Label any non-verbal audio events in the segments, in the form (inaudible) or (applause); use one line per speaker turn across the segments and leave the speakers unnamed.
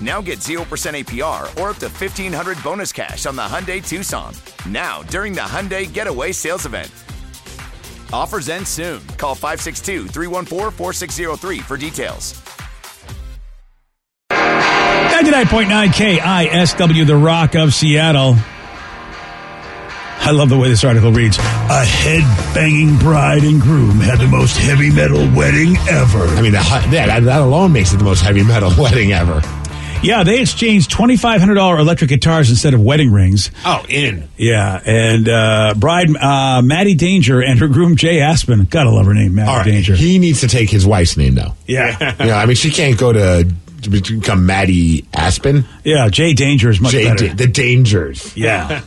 Now get 0% APR or up to 1500 bonus cash on the Hyundai Tucson. Now, during the Hyundai Getaway Sales Event. Offers end soon. Call 562 314 4603 for details.
99.9 KISW, The Rock of Seattle. I love the way this article reads.
A head banging bride and groom had the most heavy metal wedding ever.
I mean, the, hu- that, that alone makes it the most heavy metal (laughs) wedding ever.
Yeah, they exchanged $2,500 electric guitars instead of wedding rings.
Oh, in.
Yeah, and uh, bride uh, Maddie Danger and her groom Jay Aspen. Gotta love her name, Maddie
All right.
Danger.
He needs to take his wife's name, though. (laughs)
yeah,
You know, I mean, she can't go to, to become Maddie Aspen.
yeah. Jay Danger is much
J-
better.
the Dangers.
Yeah.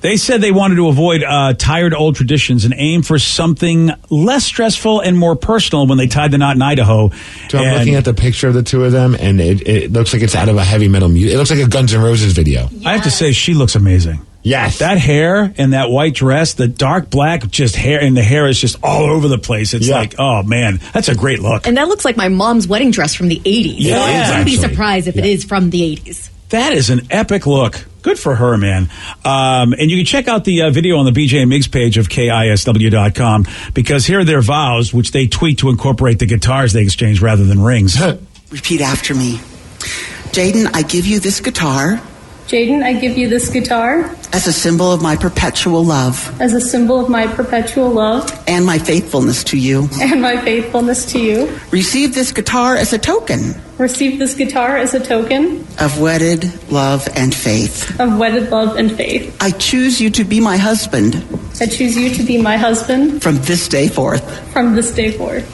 They said they wanted to avoid uh, tired old traditions and aim for something less stressful and more personal when they tied the knot in Idaho.
So I'm
And-
looking at the picture of the two of them, and it, it looks like it's out of a heavy metal music. It looks like a Guns N' Roses video.
I have to say, she looks amazing.
Yes.
That hair and that white dress, the dark black just hair, and the hair is just all over the place. It's
Yeah.
like, oh man, that's a great look.
And that looks like my mom's wedding dress from the 80s.
Yeah,
I
it is,
wouldn't be
actually.
surprised if it is from the 80s.
That is an epic look. Good for her, man. Um, and you can check out the uh, video on the BJ and Migs page of KISW.com because here are their vows, which they tweet to incorporate the guitars they exchange rather than (laughs) rings.
Repeat after me. Jaden, I give you this guitar
Jaden, I give you this guitar
as a symbol of my perpetual love
as a symbol of my perpetual love
and my faithfulness to you.
and my faithfulness to you.
Receive this guitar as a token
Receive this guitar as a token
of wedded love and faith.
of wedded love and faith.
I choose you to be my husband
I choose you to be my husband
from this day forth.
from this day forth.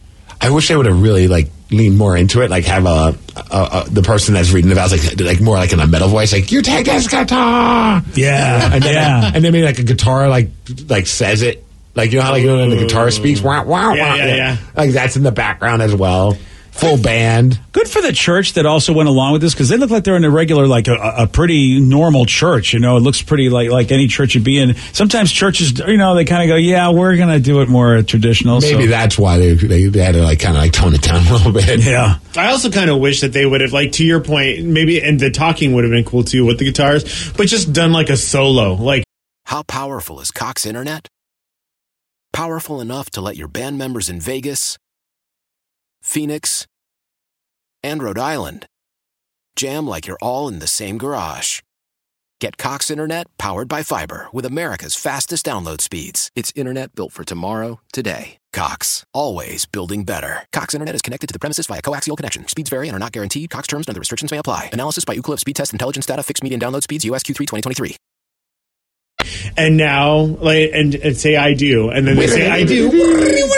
(laughs) I wish they would have really like leaned more into it. Like have a, a, a the person that's reading the vows like like more like in a metal voice, like you take this guitar.
Yeah,
and then,
yeah.
and then maybe like a guitar like like says it. Like you know how like you know, when the guitar speaks, wow, wow,
Yeah,
wow,
yeah, yeah.
Like that's in the background as well. Full band.
Good for the church that also went along with this because they look like they're in a regular, like a, a pretty normal church. You know, it looks pretty like like any church would be in. Sometimes churches, you know, they kind of go, "Yeah, we're gonna do it more traditional." so-
Maybe that's why they, they they had to like kind of like tone it down (laughs) a little bit.
Yeah,
I also kind of wish that they would have, like, to your point, maybe, and the talking would have been cool too with the guitars, but just done like a solo. Like,
How powerful is Cox Internet? Powerful enough to let your band members in Vegas, Phoenix, and Rhode Island jam like you're all in the same garage. Get Cox Internet powered by fiber with America's fastest download speeds. It's internet built for tomorrow, today. Cox, always building better. Cox Internet is connected to the premises via coaxial connection. Speeds vary and are not guaranteed. Cox terms and other restrictions may apply. Analysis by Ookla of speed test intelligence data. Fixed median download speeds. USQ3 2023.
and now, like, and, and say I do, and then they say I do. (laughs)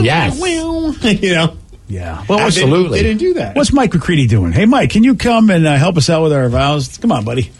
Yes.
you know,
yeah.
They
Well,
didn't-
Absolutely.
They didn't do that.
what's Mike McCready doing? Hey, Mike, can you come and uh, help us out with our vows? Come on, buddy.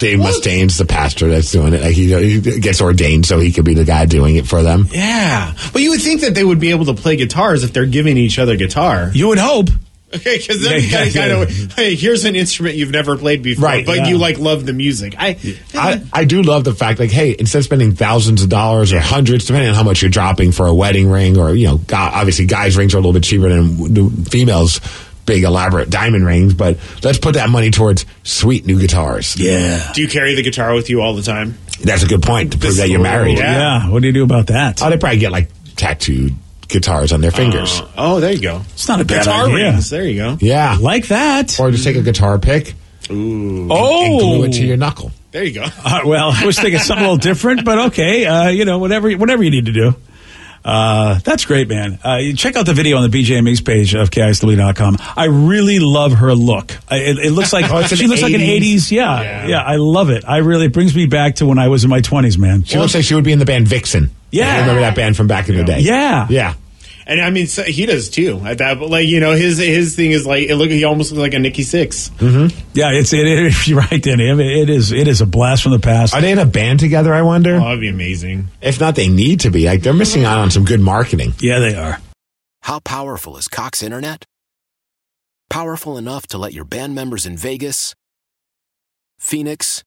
Dave Mustaine's the pastor that's doing it. Like he, he gets ordained so he could be the guy doing it for them.
Yeah, but you would think that they would be able to play guitars if they're giving each other guitar.
You would hope.
Okay, because then
Yeah,
you
yeah,
kind of hey, here's an instrument you've never played before,
Right,
But
yeah.
you like love the music. I,
I, I do love the fact, like, hey, instead of spending thousands of dollars or hundreds, depending on how much you're dropping for a wedding ring, or you know, gu- obviously guys' rings are a little bit cheaper than w- the females' big elaborate diamond rings, but let's put that money towards sweet new guitars.
Yeah.
do you carry the guitar with you all the time?
that's a good point to prove
This-
that you're married.
Yeah.
Yeah. What do you do about that?
Oh, they probably get like tattooed guitars on their
Uh,
fingers.
Oh, there you go.
It's not a bad
Guitar
idea.
rings. There you go.
yeah,
Like that. Oh.
or just take a guitar pick and glue it to your knuckle.
There you go.
Uh, well, I was thinking something a little different, but okay. Uh, you know, whatever, whatever you need to do. Uh, that's great, man. Uh, you check out the video on the BJ Mix page of KISW.com. I really love her look. I, it, it looks like
Oh, it's an
she looks like an
80s?
'80s. Yeah,
Yeah.
yeah, I love it. I really it brings me back to when I was in my 20s, man.
She looks like she would be in the band Vixen.
Yeah.
I remember that band from back in the day.
Yeah.
Yeah.
And I mean, so he does too. At that, but like you know, his his thing is like it look. He almost looks like a Nikki Six.
Mm-hmm. Yeah, it's it, it, (laughs) you're right, Danny. I mean, it is it is a blast from the past.
Are they in a band together, I wonder?
Oh, That'd be amazing.
If not, they need to be. Like they're missing out on some good marketing.
Yeah, they are.
How powerful is Cox Internet? Powerful enough to let your band members in Vegas, Phoenix,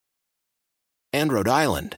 and Rhode Island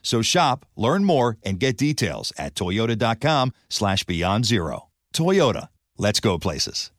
So shop, learn more, and get details at toyota.com slash beyond zero. Toyota, let's go places.